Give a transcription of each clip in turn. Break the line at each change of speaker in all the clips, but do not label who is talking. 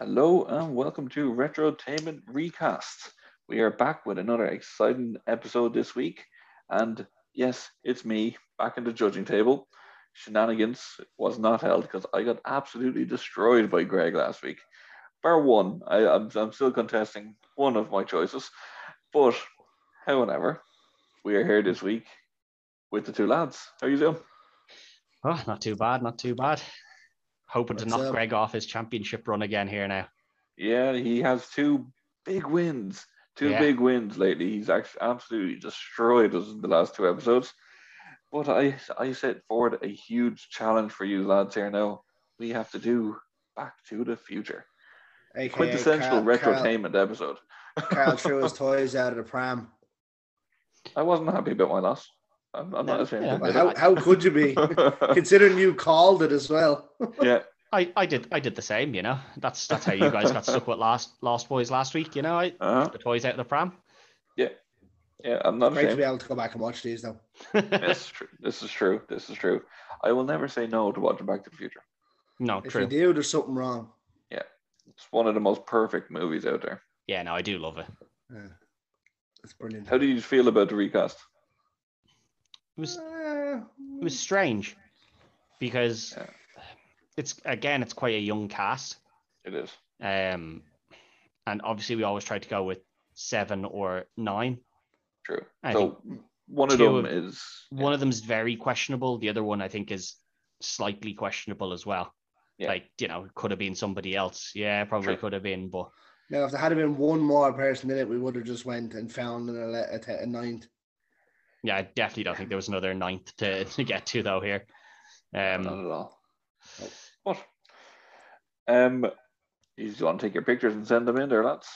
Hello and welcome to Retrotainment Recast. We are back with another exciting episode this week. And yes, it's me back at the judging table. Shenanigans was not held because I got absolutely destroyed by Greg last week. Bar one, I, am I'm still contesting one of my choices. But however, we are here this week with the two lads. How you doing?
Oh, not too bad, not too bad. Hoping to
What's
knock
up?
Greg off his championship run again here now.
Yeah, he has two big wins. Two
Yeah.
big wins lately. He's actually absolutely destroyed us in the last two episodes. But I, I set forward a huge challenge for you lads here now. We have to do Back to the Future.
AKA
Quintessential
Carl-
retrotainment episode.
Carl, Carl threw his toys out of the pram.
I wasn't happy about my loss. I'm, I'm not
No,
ashamed
yeah.
of
How, how could you be?
it.
Considering you called it as well.
yeah,
I, I did I did the same, you know. That's that's how you guys got stuck with last last boys last week, you know. I
uh-huh.
the toys out of the pram.
yeah, I'm not
Great to
ashamed.
be able to go back and watch these now.
This is true. This is true. This is true. I will never say no to watching Back to the Future.
no,
If
true.
you do, there's something wrong.
It's one of the most perfect movies out there.
Yeah, no, I do love it.
Yeah. It's brilliant.
How do you feel about the recast?
It was it
Uh,
was strange because
Yeah.
it's again it's quite a young cast.
It is.
Um and obviously we always try to go with seven or nine.
True.
I
so one of
two
them
of-
is
One of them's very questionable. The other one, I think, is slightly questionable as well.
Yeah.
Like, you know, could have been somebody else. Yeah, probably
True.
could have been, but
now, if there had been one more person in it, we would have just went and found an ele- a, te- a ninth.
yeah, I definitely don't think there was another ninth to, to get to though here.
not
Um,
at all.
Nope.
What? Um, you just want to take your pictures and send them in there, lads.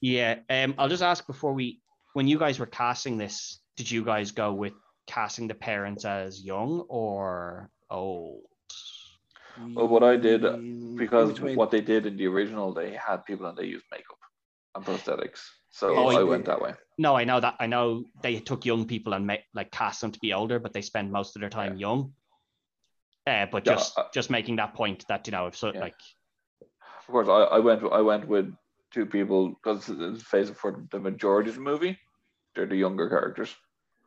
yeah. Um, I'll just ask before we, when you guys were casting this, did you guys go with casting the parents as young or old?
Well, what I did, uh,
In
Because
between-
what they did in the original, they had people and they used makeup and prosthetics. So
Yeah,
I
they-
went that way.
No, I know that. I know they took young people and ma- like cast them to be older, but they spend most of their time young. Uh, but
Yeah,
just
I-
just making that point that you know, if so,
Yeah.
like
Of course, I, I went I went with two people because it's phase for the majority of the movie. They're the younger characters.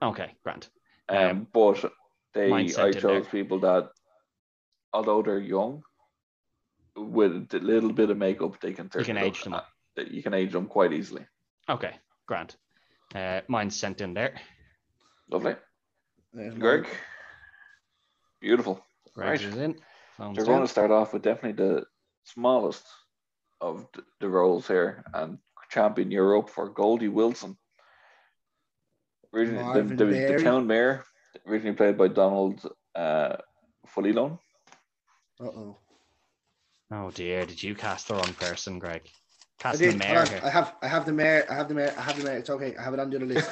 okay, grand.
Um, but they,
Mine
I
sent in there.
chose people that, although they're young, with a little bit of makeup, they can
You can
turn
age them
up- that you can age them quite easily.
Okay, grand. Uh, mine's sent in there.
Lovely,
There's mine.
Greg. Beautiful. Right.
Right. In. Phone's
They're
down.
going to start off with definitely the smallest of th- the roles here, and champion Europe for Goldie Wilson. Originally, the,
Marvin
the, the
Berry.
town mayor, originally played by Donald uh, Fulilon.
Uh-oh.
Oh dear, did you cast the wrong person, Greg?
I,
Cast the
did. Hold
mayor
on.
here.
I have I have the mayor. I have the mayor. I have the mayor. It's okay. I have it on the other list.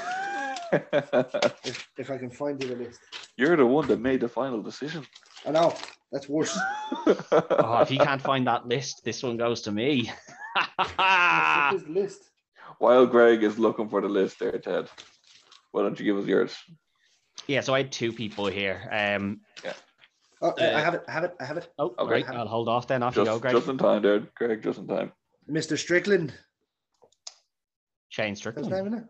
if, if I can find the other list.
You're the one that made the final decision.
I know. That's worse.
Oh, if you can't find that list, this one goes to me. Ah.
What's this list?
While Greg is looking for the list there, Ted, why don't you give us yours?
yeah, so I had two people here. Um,
Oh,
Uh,
I have it. I have it. I have it.
oh,
Okay.
right, I'll hold off then. Off
Just,
you go, Greg.
just in time, dude. Greg, just in time.
Mr. Strickland.
Shane
That's his
Strickland,
name, isn't it?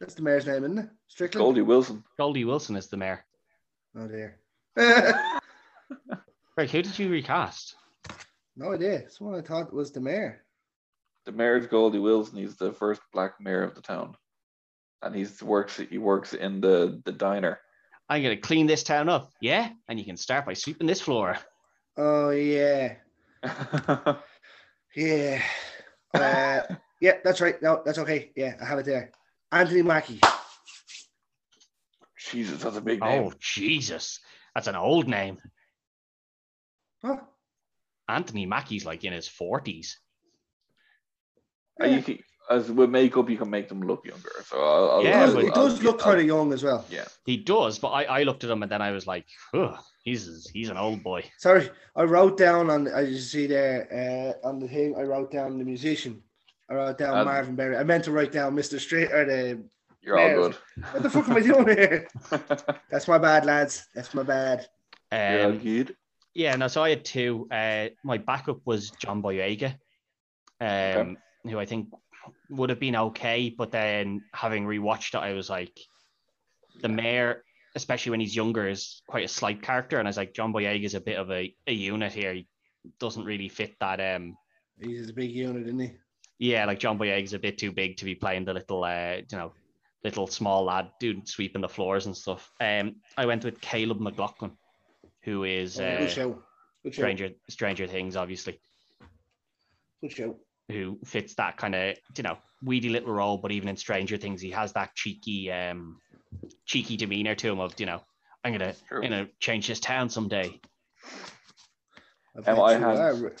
That's the mayor's name, isn't it? Strickland.
Goldie Wilson.
Goldie Wilson is the mayor.
Oh dear.
Greg, who did you recast?
no idea. Someone I thought was the mayor.
The mayor is Goldie Wilson. He's the first black mayor of the town, and he's works. He works in the the diner.
I'm gonna clean this town up. Yeah, and you can start by sweeping this floor.
Oh yeah, yeah, uh, yeah. That's right. No, that's okay. Yeah, I have it there. Anthony Mackie.
Jesus, that's a big name.
Oh Jesus, that's an old name.
Huh?
Anthony Mackie's like in his forties. Oh,
And Uh, you can, as with makeup, you can make them look younger. So I'll, I'll,
Yeah,
I'll-
but
he does
I'll-
look
I'll-
kind of young as well.
um, Yeah,
He does, but I, I looked at him and then I was like, "Ugh, he's he's an old boy.
Sorry, I wrote down on as you see there uh, on the thing. I wrote down the musician. I wrote down
Um,
Marvin Berry. I meant to write down Mr. Straight or the.
you're all
Yeah.
good.
What the fuck am I doing here? That's my bad, lads. That's my bad.
Um,
You're all good.
Yeah, no, so I had two. Uh, my backup was John Boyega, um,
Okay.
who I think would have been okay, but then having rewatched it, I was like, the mayor, especially when he's younger, is quite a slight character, and I was like, John Boyega is a bit of a, a unit here. He doesn't really fit that. Um,
He's a big unit, isn't he?
yeah, like John Boyega's a bit too big to be playing the little, uh, you know, little small lad dude sweeping the floors and stuff. Um, I went with Caleb McLaughlin, who is.
Oh,
Uh,
good show. Good show.
Stranger Stranger Things, obviously,
Good show.
who fits that kind of you know weedy little role. But even in Stranger Things, he has that cheeky, um, cheeky demeanor to him of you know I'm gonna
True.
you know change this town someday.
I
Um,
bet
I
you
had-
are, Ri-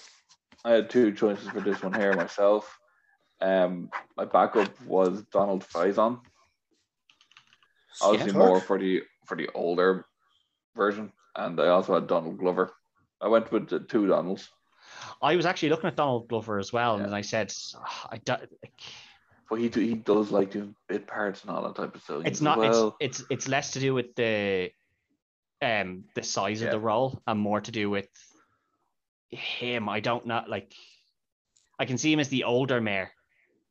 I had two choices for this one here myself. Um, my backup was Donald Faison, obviously
Kirk?
more for the for the older version, and I also had Donald Glover. I went with the two Donalds,
I was actually looking at Donald Glover as well,
Yeah.
and I said, "Ah, I don't,
but he do, he does like doing bit parts and all that type of stuff.
it's
as
not.
well.
It's it's it's less to do with the um the size
Yeah.
of the role and more to do with him. I don't know. Like, I can see him as the older mayor.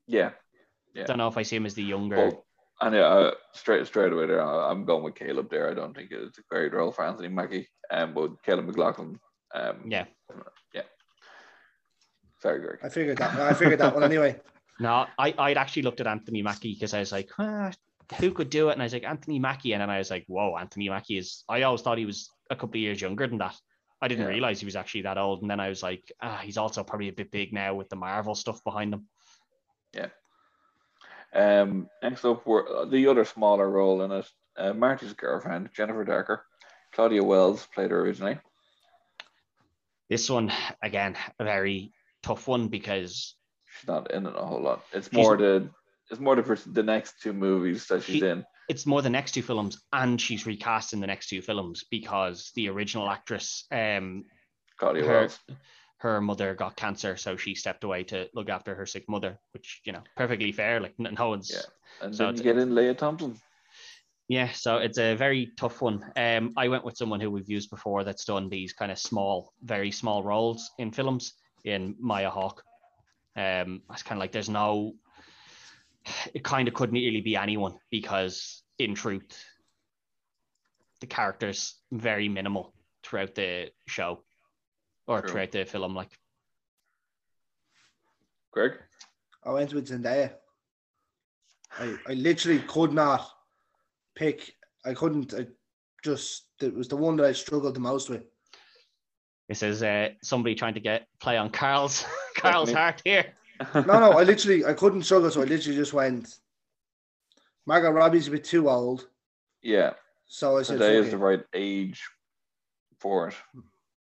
yeah. Yeah.
Don't know if I see him as the younger.
But, and yeah, uh, straight straight away there, I- I'm going with Caleb there. I don't think it's a great role for Anthony Mackie, um, but Caleb McLaughlin. Um,
Yeah.
Sorry, Greg.
I figured that. I figured that one anyway.
No, I, I'd actually looked at Anthony Mackie because I was like, "Ah, who could do it? And I was like, Anthony Mackie. And then I was like, whoa, Anthony Mackie is, I always thought he was a couple of years younger than that. I didn't
Yeah.
realize he was actually that old. And then I was like, ah, he's also probably a bit big now with the Marvel stuff behind him.
Um, next up were the other smaller role in it, uh, Marty's girlfriend, Jennifer Darker. Claudia Wells played her originally.
This one, again, a very tough one because
She's not in it a whole lot. It's
She's-
more the it's more the first, the next two movies that she's
She-
in.
it's more the next two films and she's recast in the next two films because the original actress, um,
Claudia
her-
Wells.
her mother got cancer, so she stepped away to look after her sick mother, which you know, perfectly fair. Like n- no one's, yeah.
Yeah. And
so
then you
it's-
get in Leah Thompson.
so it's a very tough one. Um, I went with someone who we've used before that's done these kind of small, very small roles in films. In Maya Hawk, um, it's kind of like there's no, it kind of couldn't really be anyone because in truth, the characters very minimal throughout the show or
True.
throughout the film. Like
Greg.
I went with Zendaya. I, I literally could not pick. I couldn't. I just it was the one that I struggled the most with.
This is uh, somebody trying to get play on Carl's Carl's
Definitely.
heart here.
No, no, I literally I couldn't struggle, so I literally just went. Margot Robbie's a bit too old,
yeah.
so I said.
Today
"Fuck
is
it."
the right age for it.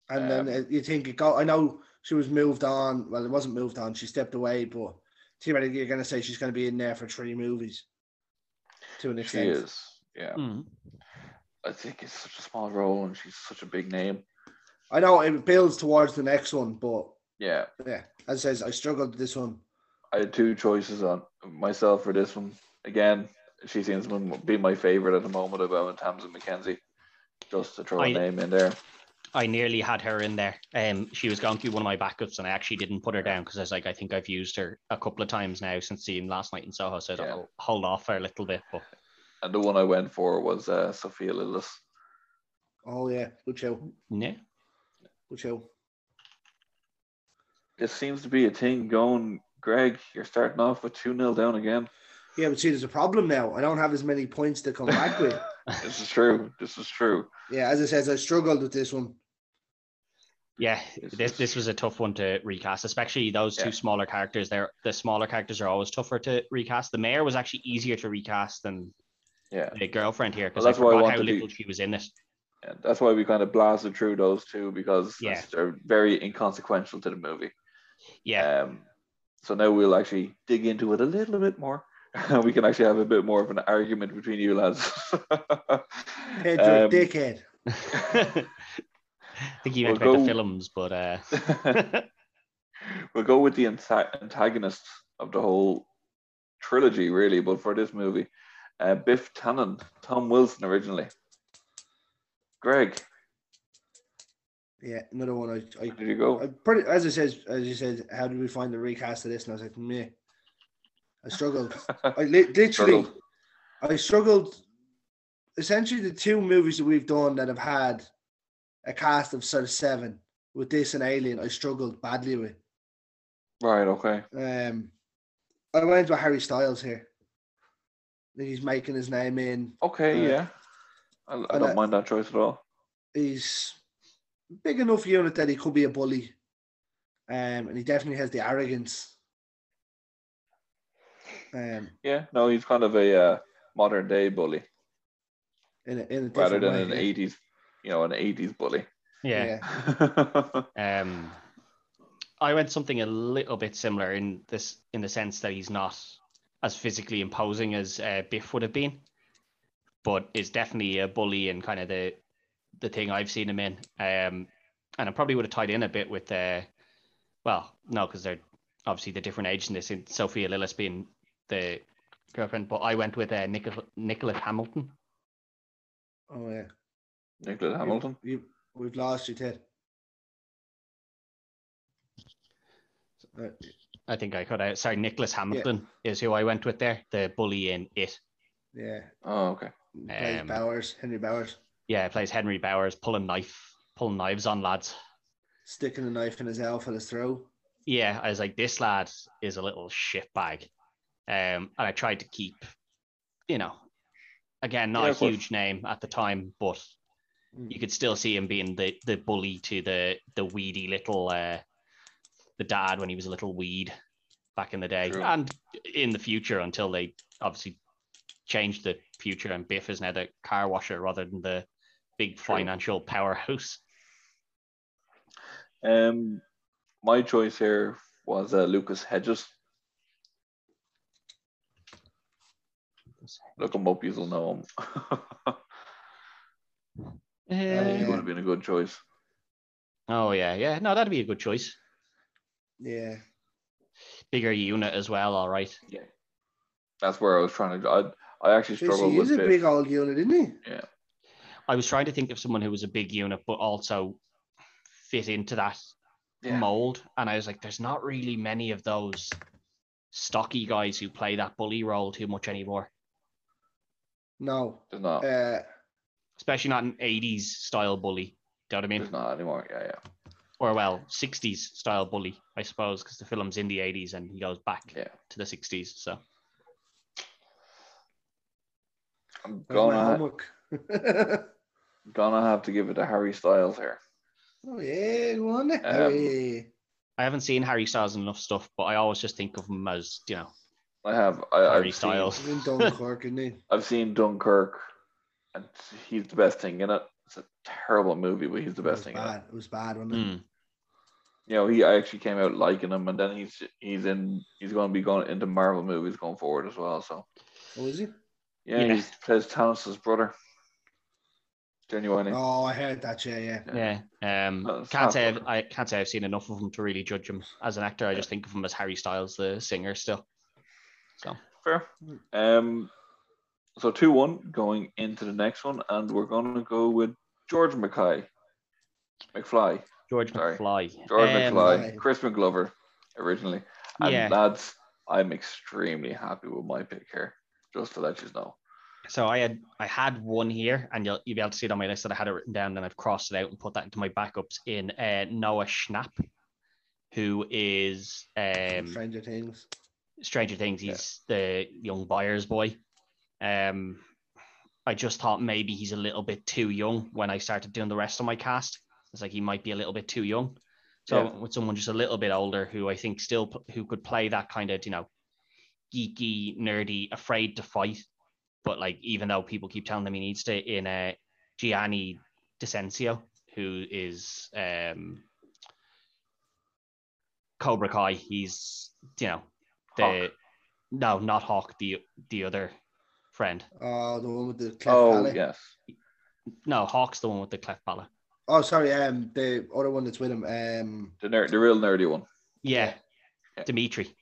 And then
Um,
uh, you think it go. I know she was moved on. Well, it wasn't moved on. She stepped away, but theoretically, you're going to say she's going to be in there for three movies. To an
She
extent,
is. Yeah. I think it's such a small role and she's such a big name.
I know it builds towards the next one, but
Yeah.
yeah, as I says, I struggled with this one.
I had two choices on myself for this one. Again, she seems to be my favorite at the moment about Tamsin McKenzie. Just to throw a
I-
name in there.
I nearly had her in there. Um, she was going to be one of my backups, and I actually didn't put her down because I was like, I think I've used her a couple of times now since seeing last night in Soho, so
Yeah.
I'll hold off for a little bit. But
And the one I went for was uh, Sophia Lillis.
Oh yeah, good show.
yeah,
Good show.
This seems to be a thing going, Greg. You're starting off with 2 0 down again.
Yeah, but see, there's a problem now. I don't have as many points to come back with.
This is true. This is true.
Yeah, as I says, I struggled with this one.
yeah,
This
this
is-
this was a tough one to recast, especially those
Yeah.
two smaller characters. They're the smaller characters are always tougher to recast. The mayor was actually easier to recast than
Yeah.
the girlfriend here because
Well,
I
that's why I
forgot
wanted
how
to be-
little she was in it.
And that's why we kind of blasted through those two because
Yeah.
they're very inconsequential to the movie.
Yeah,
Um, so now we'll actually dig into it a little bit more. we can actually have a bit more of an argument between you lads.
Head to
Um,
a dickhead.
I think you meant
We'll
about
go-
the films, but uh,
we'll go with the anta- antagonist of the whole trilogy, really, but for this movie, uh, Biff Tannen, Tom Wilson originally. Greg,
Yeah, another one. I, I,
There you go.
I pretty as I says as you said, how did we find the recast of this? And I was like, meh. I struggled. I li- literally,
Struggled.
I struggled. Essentially, the two movies that we've done that have had a cast of sort of seven with this and Alien, I struggled badly with.
right, okay.
Um, I went with Harry Styles here. I think he's making his name in.
Okay,
Uh,
yeah. I, I
and
don't
I-
mind that choice at all.
He's a big enough unit that he could be a bully, um, and he definitely has the arrogance. Um,
Yeah, no, he's kind of a uh, modern day bully
in a, in a different
rather than
way.
an 80s, you know, an 80s bully.
Yeah. Um, I went something a little bit similar in this, in the sense that he's not as physically imposing as uh, Biff would have been, but is definitely a bully and kind of the the thing I've seen him in. Um, and I probably would have tied in a bit with, uh, well, no, because they're obviously the different age in this. In Sophia Lillis being the girlfriend, but I went with uh, Nicholas Nicholas Hamilton.
Oh yeah,
Nicholas Hamilton.
You, we've lost you, Ted. Uh,
I think I cut out. Sorry, Nicholas Hamilton is who I went with there. The bully in it.
yeah,
Oh, okay.
plays
Um,
Bowers, Henry Bowers,
Yeah, plays Henry Bowers pulling knife, pulling knives on lads.
sticking a knife in his elf at his throat.
Yeah, I was like, this lad is a little shit bag, um, and I tried to keep, you know, again not
Yeah,
a
of course.
huge name at the time, but
Mm.
you could still see him being the the bully to the the weedy little uh, the dad when he was a little weed back in the day,
True.
and in the future until they obviously changed the future and Biff is now the car washer rather than the big
True.
financial powerhouse.
Um, my choice here was uh, Lucas Hedges. Look him up, you'll know him.
Yeah.
he would have been a good choice.
Oh yeah, yeah. No, that'd be a good choice.
Yeah,
Bigger unit as well. All right.
That's where I was trying to. I, I actually
Jeez,
struggled
he is
with
a
Biff.
big old unit, isn't he?
I was trying to think of someone who was a big unit, but also fit into that
Yeah.
mold. And I was like, there's not really many of those stocky guys who play that bully role too much anymore,
No.
There's not.
Uh,
especially not an 80s style bully. Do you know what I
There's
mean?
not anymore. Yeah, yeah.
Or well, 60s style bully, I suppose, because the film's in the 80s and he goes back
Yeah.
to the 60s. So
I'm
that was my
gonna,
homework.
gonna have to give it to Harry Styles here.
oh yeah, go on there.
Um,
Hey.
I haven't seen Harry Styles in enough stuff, but I always just think of him as you know
I have. I, Uh, I've
Harry
seen-
Styles.
He's in Dunkirk, isn't he?
I've seen Dunkirk, and he's the best thing in it. It's a terrible movie, but he's the
It was
best thing in it.
bad. It was bad, wasn't it?
Mm.
You know, he I actually came out liking him, and then he's he's in he's going to be going into Marvel movies going forward as well. So
Oh, was he?
yeah,
Yeah.
he plays Thanos' brother. Genuinely,
Oh, I heard that. Yeah, yeah.
Yeah. Um,
Well, it's
can't
not
say I've,
good.
I can't say I've seen enough of him to really judge him as an actor. I just think of him as Harry Styles, the singer, still.
fair. Um, so two one going into the next one, and we're going to go with George McKay, McFly.
George
Sorry.
McFly.
George
Um,
McFly,
Aye.
Chris McGlover originally. And
Yeah.
lads, I'm extremely happy with my pick here, just to let you know.
So I had I had one here, and you'll you'll be able to see it on my list that I had it written down, and I've crossed it out and put that into my backups in uh, Noah Schnapp, who is um,
Stranger Things.
Stranger Things.
Yeah.
He's the young buyer's boy. Um, I just thought maybe he's a little bit too young when I started doing the rest of my cast. It's like he might be a little bit too young. So I
Yeah.
went with someone just a little bit older who I think still p- who could play that kind of you know geeky, nerdy, afraid to fight, but like even though people keep telling him he needs to, in uh, Gianni DiCencio, who is um, Cobra Kai, he's you know the
Hawk.
no, not Hawk, the the other friend.
Oh, the one with the cleft
Oh
palate.
yes,
No, Hawk's the one with the cleft palate.
Oh, sorry. Um, the other one that's with him. Um,
the ner- the real nerdy one.
Yeah,
Yeah.
Dimitri.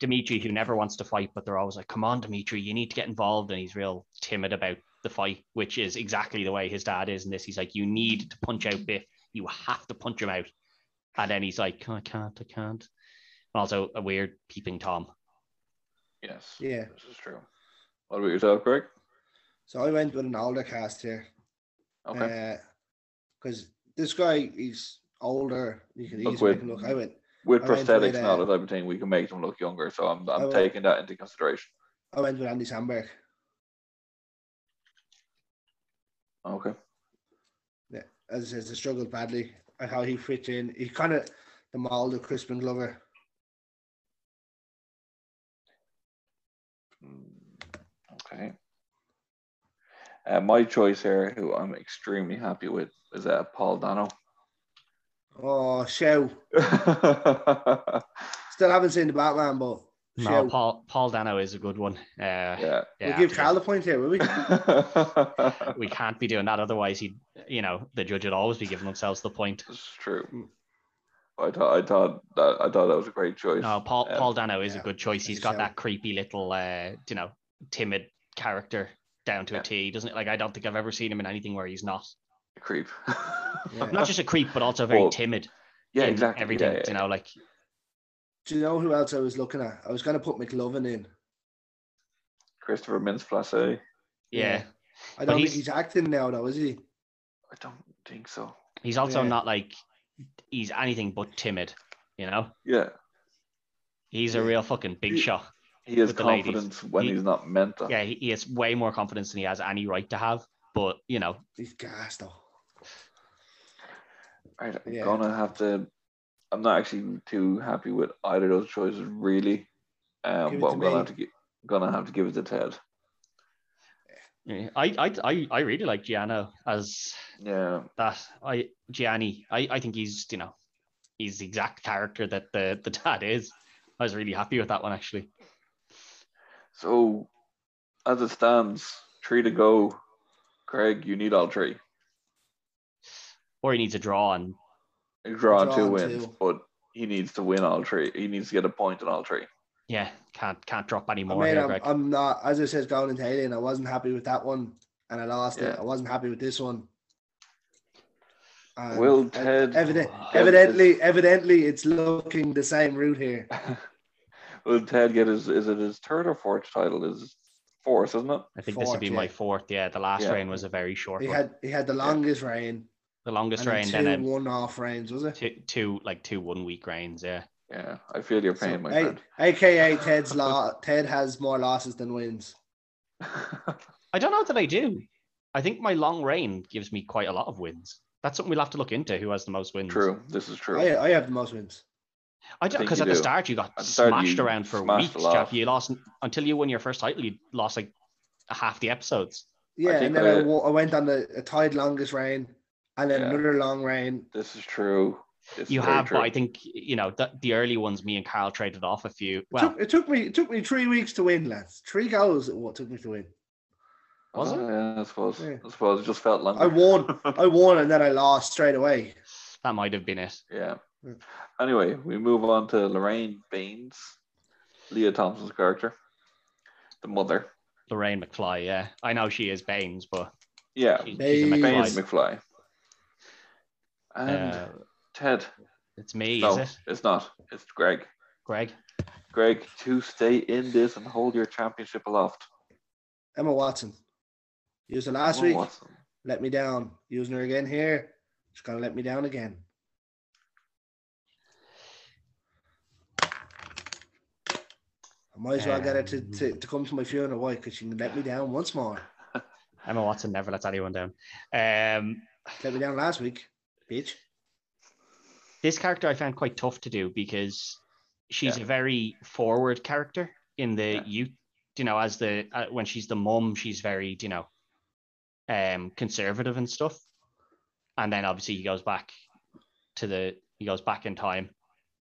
Dimitri, who never wants to fight, but they're always like, "Come on, Dimitri, you need to get involved," and he's real timid about the fight, which is exactly the way his dad is in this. He's like, you need to punch out Biff. You have to punch him out. And then he's like, I can't, I can't. Also, a weird peeping Tom.
Yes.
Yeah.
This is true. What about yourself, Greg?
So I went with an older cast here. Uh,
Okay.
Because this guy, he's older. You can
Look
easily
with-
make him look. I went,
With
I went
prosthetics
with,
and all
uh, Oh,
that type of thing, we can make them look younger. So I'm,
I
I'm
went-
taking that into consideration.
I went with Andy Samberg.
Okay.
As I says, I struggled badly. And how he fit in. He kind of the mold of Crispin Glover.
Mm, Okay. Uh, my choice here, who I'm extremely happy with, is uh, Paul Dano.
Oh, show.
yeah,
Still haven't seen the Batman, but
No,
show.
Paul Paul Dano is a good one. Uh, yeah,
we'll give
absolutely.
Cal the point here, will we?
it's
we can't be doing that, otherwise he, you know, the judge would always be giving themselves the point.
true. I thought I thought that I thought that was a great choice.
No, Paul
Um,
Paul Dano is
yeah,
a good choice. He's
think
got
so.
that creepy little, uh, you know, timid character down to
Yeah.
a T, doesn't it? Like I don't think I've ever seen him in anything where he's not
Creep.
Yeah.
not just a creep, but also very
Well,
timid.
yeah,
in
exactly.
Everything,
yeah, yeah.
you know, like
Do you know who else I was looking at? I was going to put McLovin in.
Christopher Mintz Plasse.
yeah,
Yeah. I don't think
he's-
he's acting now, though, is he?
I don't think so.
he's also
Yeah.
not like he's anything but timid. You know,
Yeah,
he's a
Yeah.
real fucking big
He-
shot.
he has
With the ladies.
confidence when
He-
he's not meant to.
Yeah, he, he has way more confidence than he has any right to have. But you know,
He's gassed, though.
Right, I'm
Yeah.
gonna have to. I'm not actually too happy with either of those choices, really. Um,
Give it
but
to
I'm gonna
me.
have to gi- gonna have to give it to Ted.
I I I, I really like Giano as
Yeah,
that. I Gianni, I I think he's you know, he's the exact character that the the dad is. I was really happy with that one actually.
So, as it stands, three to go. Craig, you need all three.
Or he needs a draw and
A draw and
Draw
two
and
wins,
two.
but he needs to win all three. He needs to get a point in all three.
yeah, can't can't drop any more
I mean,
here,
I'm,
Greg.
I'm not, as I said, going into Alien, I wasn't happy with that one and I lost
Yeah.
it. I wasn't happy with this one. And
Will
ev-
Ted-
evident-
Ted
evidently, evidently, it's looking the same route here.
Will Ted get his? Is it his third or fourth title? Is fourth, isn't it?
I think this would be
fourth,
my
yeah.
fourth. Yeah, the last
Yeah.
reign was a very short
He
one.
had he had the longest reign
the longest
and then
reign,
two
then um,
one-off reigns, was it?
two, two like two one week reigns. Yeah,
Yeah, I feel your pain,
So,
my
A-
friend.
AKA Ted's law. Ted has more losses than wins.
I don't know that I do. I think my long reign gives me quite a lot of wins. That's something we'll have to look into. Who has the most wins?
true, this is true.
I, uh, I have the most wins.
I
think
because
you
at the
do.
start you got
At the start
smashed
you
around for
smashed a
weeks,
lot.
chap. You lost until you won your first title. You lost like half the episodes.
Yeah,
think
and then I,
that-
wa- I went on the a tied longest reign, and then
Yeah.
another long reign.
This is true. This
You
is very
have,
true.
but I think you know the, the early ones. Me and Carl traded off a few.
It
Well,
took, it took me it took me three weeks to win, lads. Three goals it wa- took me to win.
was
Oh,
it?
Yeah, I suppose.
Yeah.
I suppose it just felt longer.
I won, I won, and then I lost straight away.
that might have been it.
Yeah.
Mm.
Anyway, we move on to Lorraine Baines, Leah Thompson's character, the mother.
Lorraine McFly. Yeah, I know she is Baines, but
Yeah,
she- she's a
Baines.
Baines
McFly.
McFly. And
Uh,
Ted.
it's me,
no,
is it,
it's not. It's Greg.
Greg?
Greg, to stay in this and hold your championship aloft.
Emma Watson. Used her last
Emma
week,
Watson.
let me down. Using her again here, she's gonna let me down again. I might as well get her to,
Um,
to, to come to my funeral, why? Because she can let me down once more.
Emma Watson never lets anyone down. Um,
Let me down last week, bitch.
this character I found quite tough to do because she's a very forward character in the
Yeah.
youth. You know, as the uh, when she's the mum, she's very you know, um, conservative and stuff. And then obviously he goes back to the he goes back in time,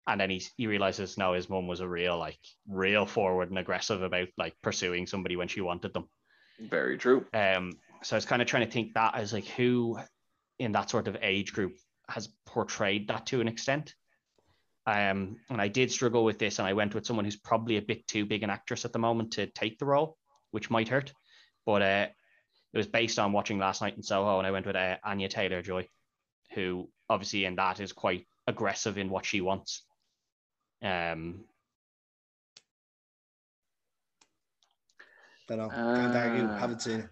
and then he he realizes no, his mum was a real like real forward and aggressive about like pursuing somebody when she wanted them.
Very true.
Um, so I was kind of trying to think that as like who in that sort of age group has portrayed that to an extent. Um, and I did struggle with this, and I went with someone who's probably a bit too big an actress at the moment to take the role, which might hurt. But uh, it was based on watching last night in Soho, and I went with uh, Anya Taylor Joy, who obviously in that is quite aggressive in what she wants. Um,
Don't know. Can't argue.
Ah.
Haven't seen it.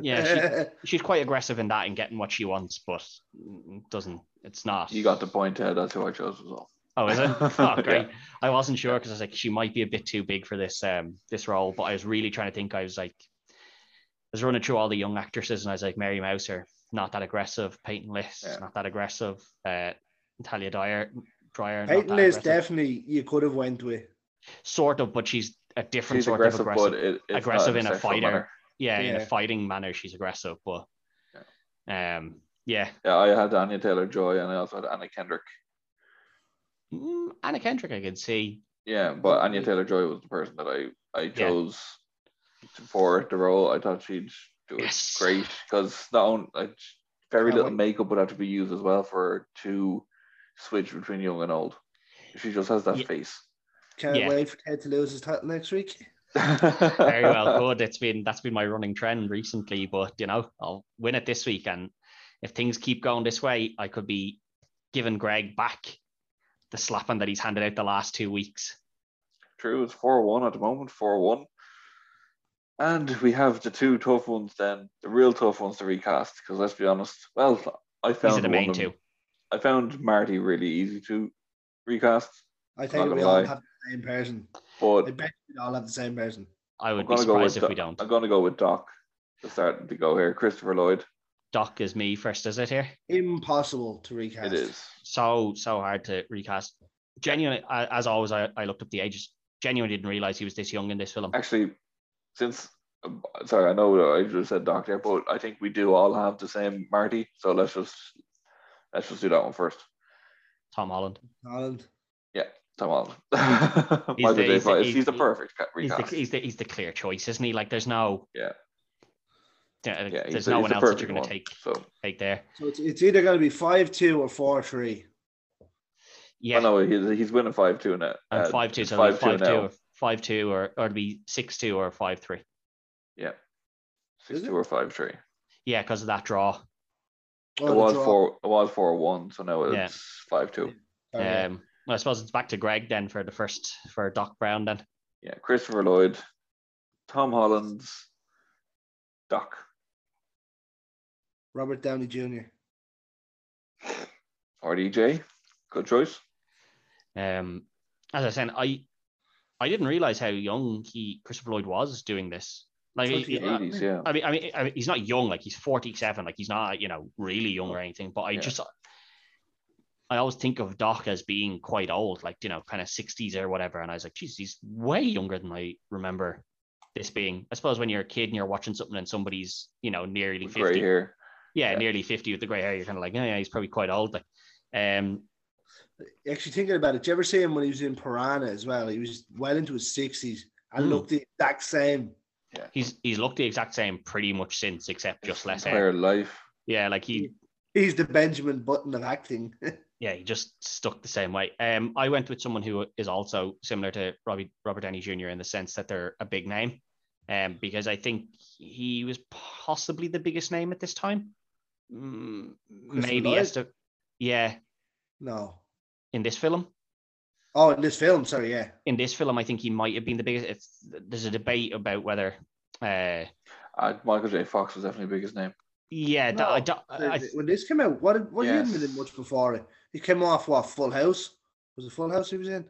yeah, she, she's quite aggressive in that and getting what she wants, but mm, doesn't. It's not.
You got the point there. That's who I chose as well.
Oh, is it?
Yeah.
Oh, great. I wasn't sure because I was like, she might be a bit too big for this um this role, but I was really trying to think. I was like, I was running through all the young actresses, and I was like, Mary Mouser, not that aggressive. Peyton List,
Yeah.
not that aggressive. Uh, Natalia Dyer, Pryor,
Peyton is definitely you could have went with.
sort of, but she's a different
She's
sort
aggressive,
of aggressive.
but it, it's
aggressive
not
in a
sexual
fighter.
manner.
yeah, in
Yeah.
a fighting manner, she's aggressive, but um, yeah.
Yeah, I had Anya Taylor Joy and I also had Anna Kendrick.
Mm, Anna Kendrick, I could see.
Yeah, but Anya Taylor Joy was the person that I I chose for the role. I thought she'd do it
Yes.
great because not only like, very
Can't
little
wait.
makeup would have to be used as well for her to switch between young and old. She just has that
Ye-
face.
Can't
Yeah.
wait for Ted to lose his title next week.
Very well, good. It's been that's been my running trend recently, but you know I'll win it this week, and if things keep going this way, I could be giving Greg back the slapping that he's handed out the last two weeks.
True, it's 4 1 at the moment, 4 1. And we have the two tough ones then, the real tough ones to recast, because let's be honest, well, I
These
found
are the
one
main
of them-
two.
I found Marty really easy to recast,
I
Not
think we
gonna
all
lie.
have the same person.
but
I bet we all have the same person.
I
I'm
would be
gonna go with
surprised if
Doc.
we don't.
I'm gonna go with Doc to start to go here. Christopher Lloyd.
Doc is me first, is it here?
Impossible to recast.
It is.
So so hard to recast. Genuinely, a- as always, I, I looked up the ages. Genuinely didn't realize he was this young in this film.
Actually, since um, sorry, I know I just said Doc there, but I think we do all have the same Marty. So let's just let's just do that one first.
Tom Holland.
Holland.
Come on. Michael
the-
J.
he's the-
Fox.
he's-
He's the
he-
perfect ca-
He's the,
recast.
he's the he's the clear choice, isn't he? Like there's no
Yeah.
Yeah,
Yeah, he's
there's
the-
no
he's
one
the
else that
perfect
you're gonna
one.
take
So oh,
take there.
So it's, it's either going to be 5 2 or 4 3.
yeah.
Yeah,
I know he's, he's winning five two now.
and
Uh,
five two,
it's
so five two,
5-2 now.
or five two, or or it'd be six two or five three.
Six
Is it?
two or five three.
Yeah, because of that draw.
Oh,
It was four. It was four one. So now it's
Yeah.
five two.
Oh,
Um, well, I suppose it's back to Greg then for the first for Doc Brown then.
Yeah, Christopher Lloyd, Tom Holland's Doc.
Robert Downey Jr.
RDJ, good choice.
Um, as I said, I I didn't realize how young he Christopher Lloyd was doing this. Like,
Twenty
he-
The
Yeah.
I,
80s, yeah.
I mean, I mean, I mean, he's not young. Like he's forty seven. Like he's not you know really young or anything. But I
Yeah.
just I always think of Doc as being quite old, like you know, kind of sixties or whatever. And I was like, geez, he's way younger than I remember this being. I suppose when you're a kid and you're watching something and somebody's you know nearly
With
fifty,
Grey hair.
yeah,
Yeah.
nearly fifty with the gray hair, you're kind of like, "Oh, yeah, yeah, he's probably quite old. Like, um,
Actually, thinking about it, did you ever see him when he was in Piranha as well? He was well into his 60s and
Hmm.
looked the exact same.
he's he's looked the exact same pretty much since, except just
His
less hair.
entire life.
Yeah, like he
He's the Benjamin Button of acting.
yeah, he just stuck the same way. Um, I went with someone who is also similar to Robbie Robert Downey Jr. in the sense that they're a big name, um, because I think he was possibly the biggest name at this time. Mm,
Christopher
maybe
Lloyd?
Esther, yeah,
no.
in this film.
Oh, in this film, sorry, yeah.
In this film, I think he might have been the biggest. It's, there's a debate about whether, uh,
Uh, Michael J. Fox was definitely the biggest name.
yeah, that- I, don't-
So
I,
when this came out, what what
Yes.
year did it much before it? He came off what Full House was it Full House he was in?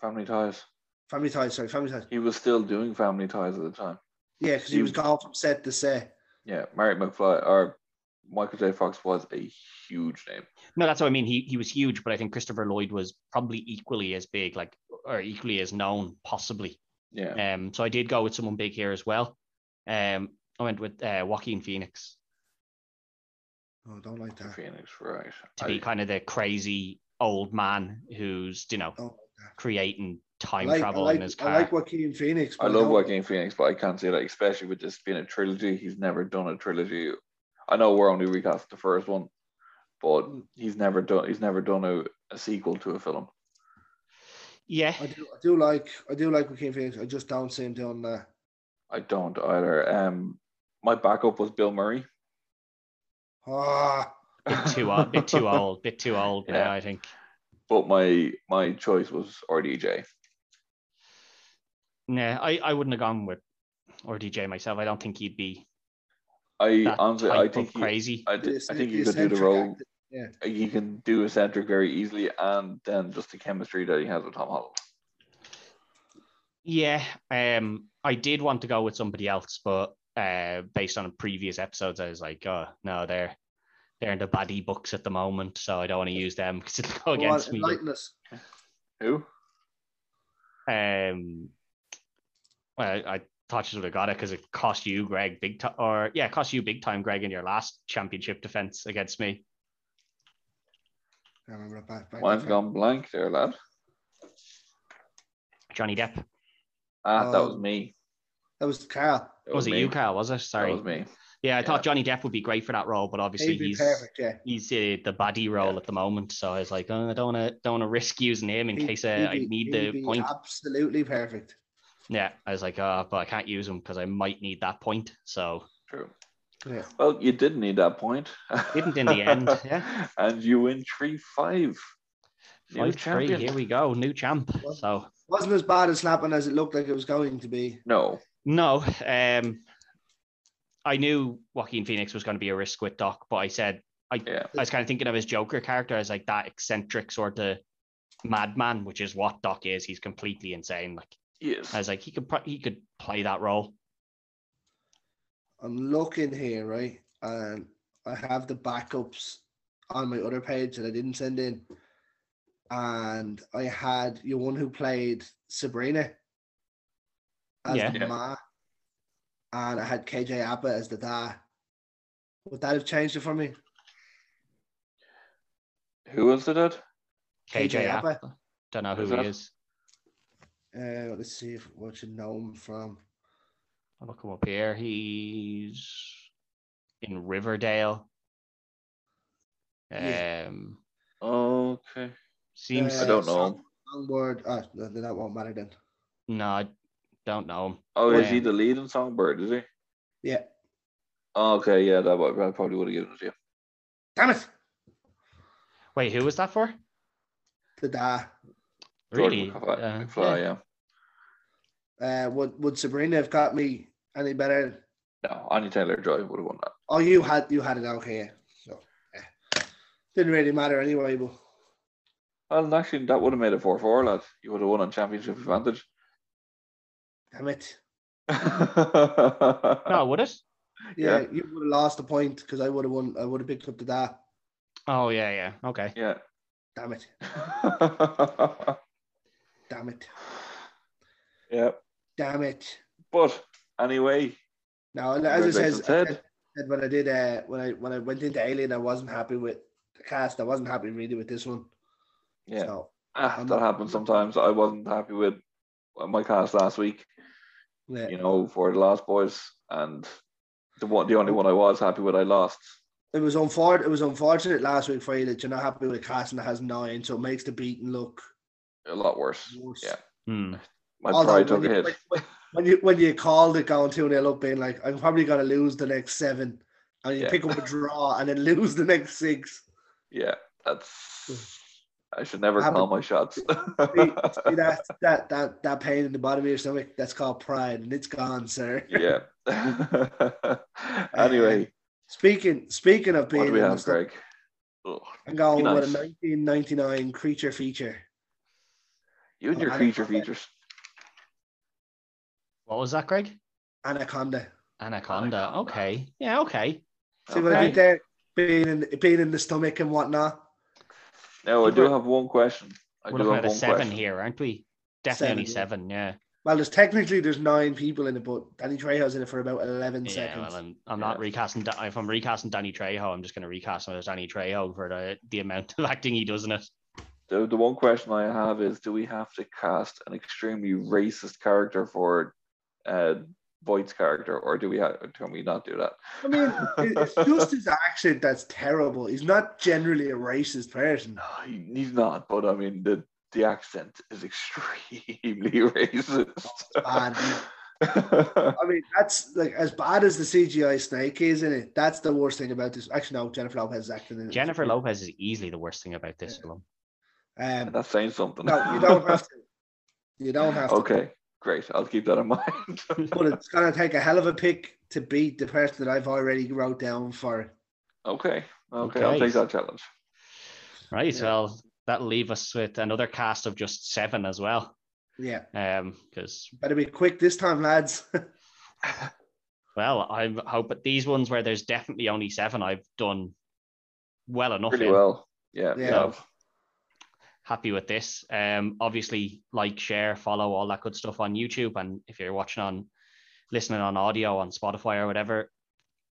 Family Ties.
Family Ties, sorry, Family Ties.
He was still doing Family Ties at the time.
Yeah, because he
He-
was gone from set to set.
Yeah, Marriott McFly or Michael J. Fox was a huge name.
No, that's what I mean. He he was huge, but I think Christopher Lloyd was probably equally as big, like or equally as known, possibly.
Yeah.
Um, so I did go with someone big here as well. Um, I went with uh, Joaquin Phoenix
Oh, don't like that.
Phoenix, right.
to be
I,
kind of the crazy old man who's you know
Don't like that.
creating
I
time
Oh, like, I
travel
like,
in his
I
car.
like Joaquin Phoenix. but
I love
don't-
Joaquin Phoenix, but I can't say that, especially with this being a trilogy. He's never done a trilogy. I know we're only recast the first one, but
Mm.
he's never done he's never done a, a sequel to a film.
yeah,
I do, I do like, I do like Joaquin Phoenix. I just don't see him doing that.
I don't either. Um, my backup was Bill Murray.
Ah,
Bit too old. Bit too old. Bit too old. Yeah,
Yeah.
I think.
But my my choice was RDJ.
Nah, I, I wouldn't have gone with or DJ myself. I don't think he'd be
I
that
honestly,
type
I think
of
he,
crazy.
I, thi-
the-
I think
the
he could do the
eccentric
role.
act-
He can do a centric very easily, and then just the chemistry that he has with Tom Holland.
Yeah, um, I did want to go with somebody else, but uh, based on previous episodes, I was like, oh no, they're they're in the baddie books at the moment, so I don't want to use them because it'll go
Go on,
against me.
enlighten us.
Who?
Um, well, I thought you would have got it because it cost you, Greg, big time, or yeah, it cost you big time, Greg, in your last championship defense against me.
I remember it back. back
Mine's
back.
gone blank there, lad.
Johnny Depp.
Ah, that was
Um,
me.
That was Carl.
That
Was it
me.
you, Kyle? Was it? Sorry.
That was me.
Yeah, I thought Johnny Depp would be great for that role, but obviously
He'd be
he's
perfect. Yeah.
he's uh, the baddie role
Yeah.
at the moment. So I was like, oh, I don't want to don't want to risk using him in
He'd-
case
he'd
uh, I
be-
need
he'd
the
be
point.
Absolutely perfect.
Yeah, I was like, oh, but I can't use him because I might need that point. So
True.
Yeah.
Well, you did need that point.
Didn't in the end, yeah.
And you win 3 5. New
five three,
champion.
here we go, new champ.
Well-
So
Wasn't as bad as slapping as it looked like it was going to be.
No.
no, um, I knew Joaquin Phoenix was going to be a risk with Doc, but I said
Yeah.
I was kind of thinking of his Joker character as like that eccentric sort of madman, which is what Doc is. He's completely insane. Like
Yes.
I was like, he could pro- he could play that role.
I'm looking here, right? And I have the backups on my other page that I didn't send in. And I had your one who played Sabrina as
Yeah.
the
Yeah.
ma. And I had KJ Abba as the da. Would that have changed it for me?
Who was it? Ed?
KJ
KJ
Appa.
Apa.
Don't know who
Is
he
that-
is.
Uh, let's see if what you know him from.
I'll look him up here. He's in Riverdale. Um,
Yeah.
Okay.
seems
I don't know.
Songbird. Ah, no, no, that won't matter then.
no, I don't know him.
Oh, is he
Um,
the lead in Songbird? Is he? Oh,
Yeah.
Okay. Yeah, that would, I probably would have given it to you.
Damn it.
Wait, who was that for?
The da.
Really?
Jordan McFly.
Uh,
McFly, yeah.
yeah.
Uh, would would Sabrina have got me any better?
No, Anya Taylor Joy would have won that.
Oh, you had you had it okay. yeah. So yeah. didn't really matter anyway. But
Well, and actually, that would have made it 4 4, lad. You would have won on championship advantage.
damn it.
uh,
No, would it?
Yeah,
Yeah.
you would have lost a point because I would have won. I would have picked up the da.
Oh yeah, yeah. Okay.
Yeah.
Damn it. Damn it.
yeah.
Damn it.
But anyway,
No, and as I says, uh,
Congratulations, Ted.
I said when I did uh, when I when I went into Alien, I wasn't happy with the cast. I wasn't happy really with this one.
yeah,
So,
ah,
I'm
that
not-
happens sometimes. I wasn't happy with my cast last week,
yeah.
you know, for the last boys, and the one, the only one I was happy with, I lost.
It was unfortunate. It was unfortunate last week for you that you're not happy with a cast and it has nine, so it makes the beating look
A lot worse.
worse.
Yeah.
Hmm.
My
Although
pride took a
when you-
hit.
When, when you when you called it going two 0 up, being like, I'm probably gonna lose the next seven, and you
Yeah.
pick up a draw and then lose the next six.
Yeah, that's. I should never call
Hmm. Happened.
my shots.
See, that that that that pain in the bottom of your stomach, that's called pride, and it's gone, sir.
yeah. anyway,
Speaking speaking of
what
being,
do we
in the
have,
stomach,
Greg? Ugh.
I'm
Be
going with a
nice.
1999 creature feature.
You and your
Oh,
creature
Anaconda.
features.
What was that, Greg?
Anaconda.
Anaconda.
Anaconda.
Okay. Yeah. Okay.
See what I
Okay.
did there? Being in being in the stomach and whatnot.
Now I
People
do
are-
have one question. I
We're
do
looking
have
at a
one
seven
question.
here, aren't we? Definitely seven.
Seven,
yeah.
Well, there's technically there's nine people in it, but Danny Trejo's in it for about 11
Yeah,
seconds.
well, I'm, I'm not
Yeah.
recasting. Da- If I'm recasting Danny Trejo, I'm just going to recast him as Danny Trejo for the, the amount of acting he does in it.
The, the one question I have is do we have to cast an extremely racist character for uh Voight's character or do we have can we not do that?
I mean, it- it's just his accent that's terrible. He's not generally a racist person.
No, he- he's not, but I mean the the accent is extremely racist.
bad. I mean, that's like as bad as the CGI snake is in it. That's the worst thing about this. Actually, no, Jennifer Lopez is acting in it.
Jennifer Lopez is easily the worst thing about this film.
Um,
That's saying something.
no, you don't have to. You don't have to.
Okay, great. I'll keep that in mind.
But it's gonna take a hell of a pick to beat the person that I've already wrote down for.
okay, okay, I'll
Okay.
take that challenge.
Right.
Yeah.
Well, that'll leave us with another cast of just seven as well.
Yeah,
Um, because
better be quick this time, lads.
well, I hope but these ones where there's definitely only seven, I've done well enough.
Pretty
in.
well. Yeah,
Yeah.
you have.
happy with this. Um, obviously, like, share, follow, all that good stuff on YouTube. And if you're watching on, listening on audio on Spotify or whatever,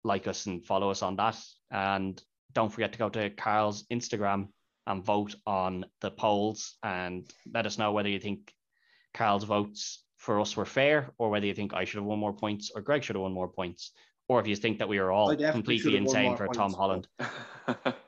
like us and follow us on that. And don't forget to go to Carl's Instagram and vote on the polls and let us know whether you think Carl's votes for us were fair or whether you think I should have won more points or Greg should have won more points. Or if you think that we are all
I definitely should
completely
have won
insane
more
for Tom
points.
Holland.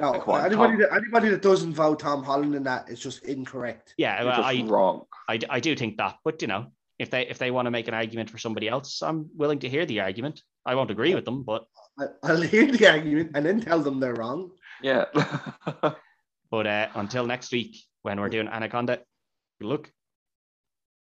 No,
Like, what,
anybody
Tom?
that, anybody that doesn't vote Tom Holland in that is just incorrect.
Yeah,
You're
well,
just
I,
wrong.
I, I do think that, but you know, if they if they want to make an argument for somebody else, I'm willing to hear the argument. I won't agree with them, but
I, I'll hear the argument and then tell them they're wrong.
Yeah.
but uh, until next week when we're doing Anaconda, good luck.